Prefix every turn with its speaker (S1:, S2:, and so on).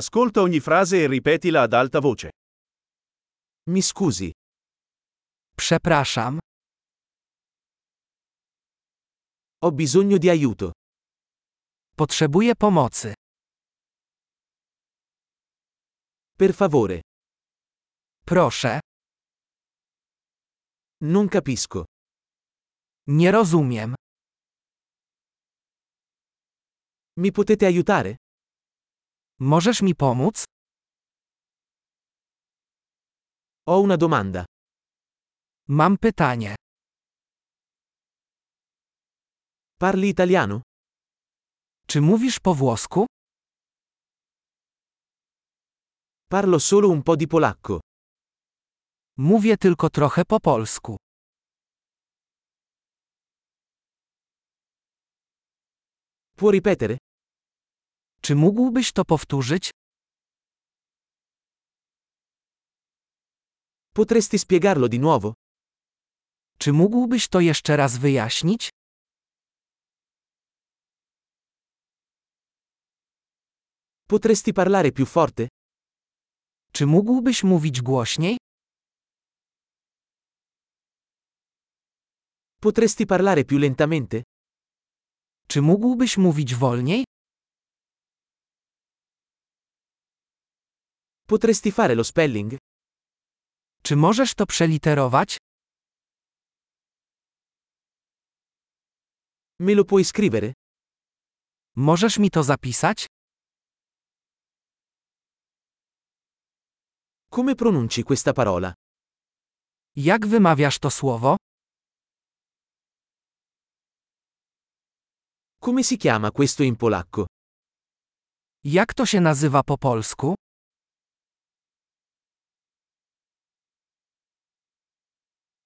S1: Ascolta ogni frase e ripetila ad alta voce. Mi scusi,
S2: Przepraszam,
S1: ho bisogno di aiuto.
S2: potrzebuję pomocy.
S1: Per favore,
S2: Proszę,
S1: non capisco.
S2: nie rozumiem.
S1: Mi potete aiutare?
S2: Możesz mi pomóc?
S1: Ho una domanda.
S2: Mam pytanie.
S1: Parli italiano?
S2: Czy mówisz po włosku?
S1: Parlo solo un po' di polacco.
S2: Mówię tylko trochę po polsku.
S1: Può ripetere?
S2: Czy mógłbyś to powtórzyć?
S1: Potresti spiegarlo di nuovo?
S2: Czy mógłbyś to jeszcze raz wyjaśnić?
S1: Potresti parlare più forte?
S2: Czy mógłbyś mówić głośniej?
S1: Potresti parlare più lentamente?
S2: Czy mógłbyś mówić wolniej?
S1: Potresti fare lo spelling?
S2: Czy możesz to przeliterować?
S1: Me lo puoi scrivere?
S2: Możesz mi to zapisać?
S1: Come pronunci questa parola?
S2: Jak wymawiasz to słowo?
S1: Come si chiama questo in polacco?
S2: Jak to się nazywa po polsku?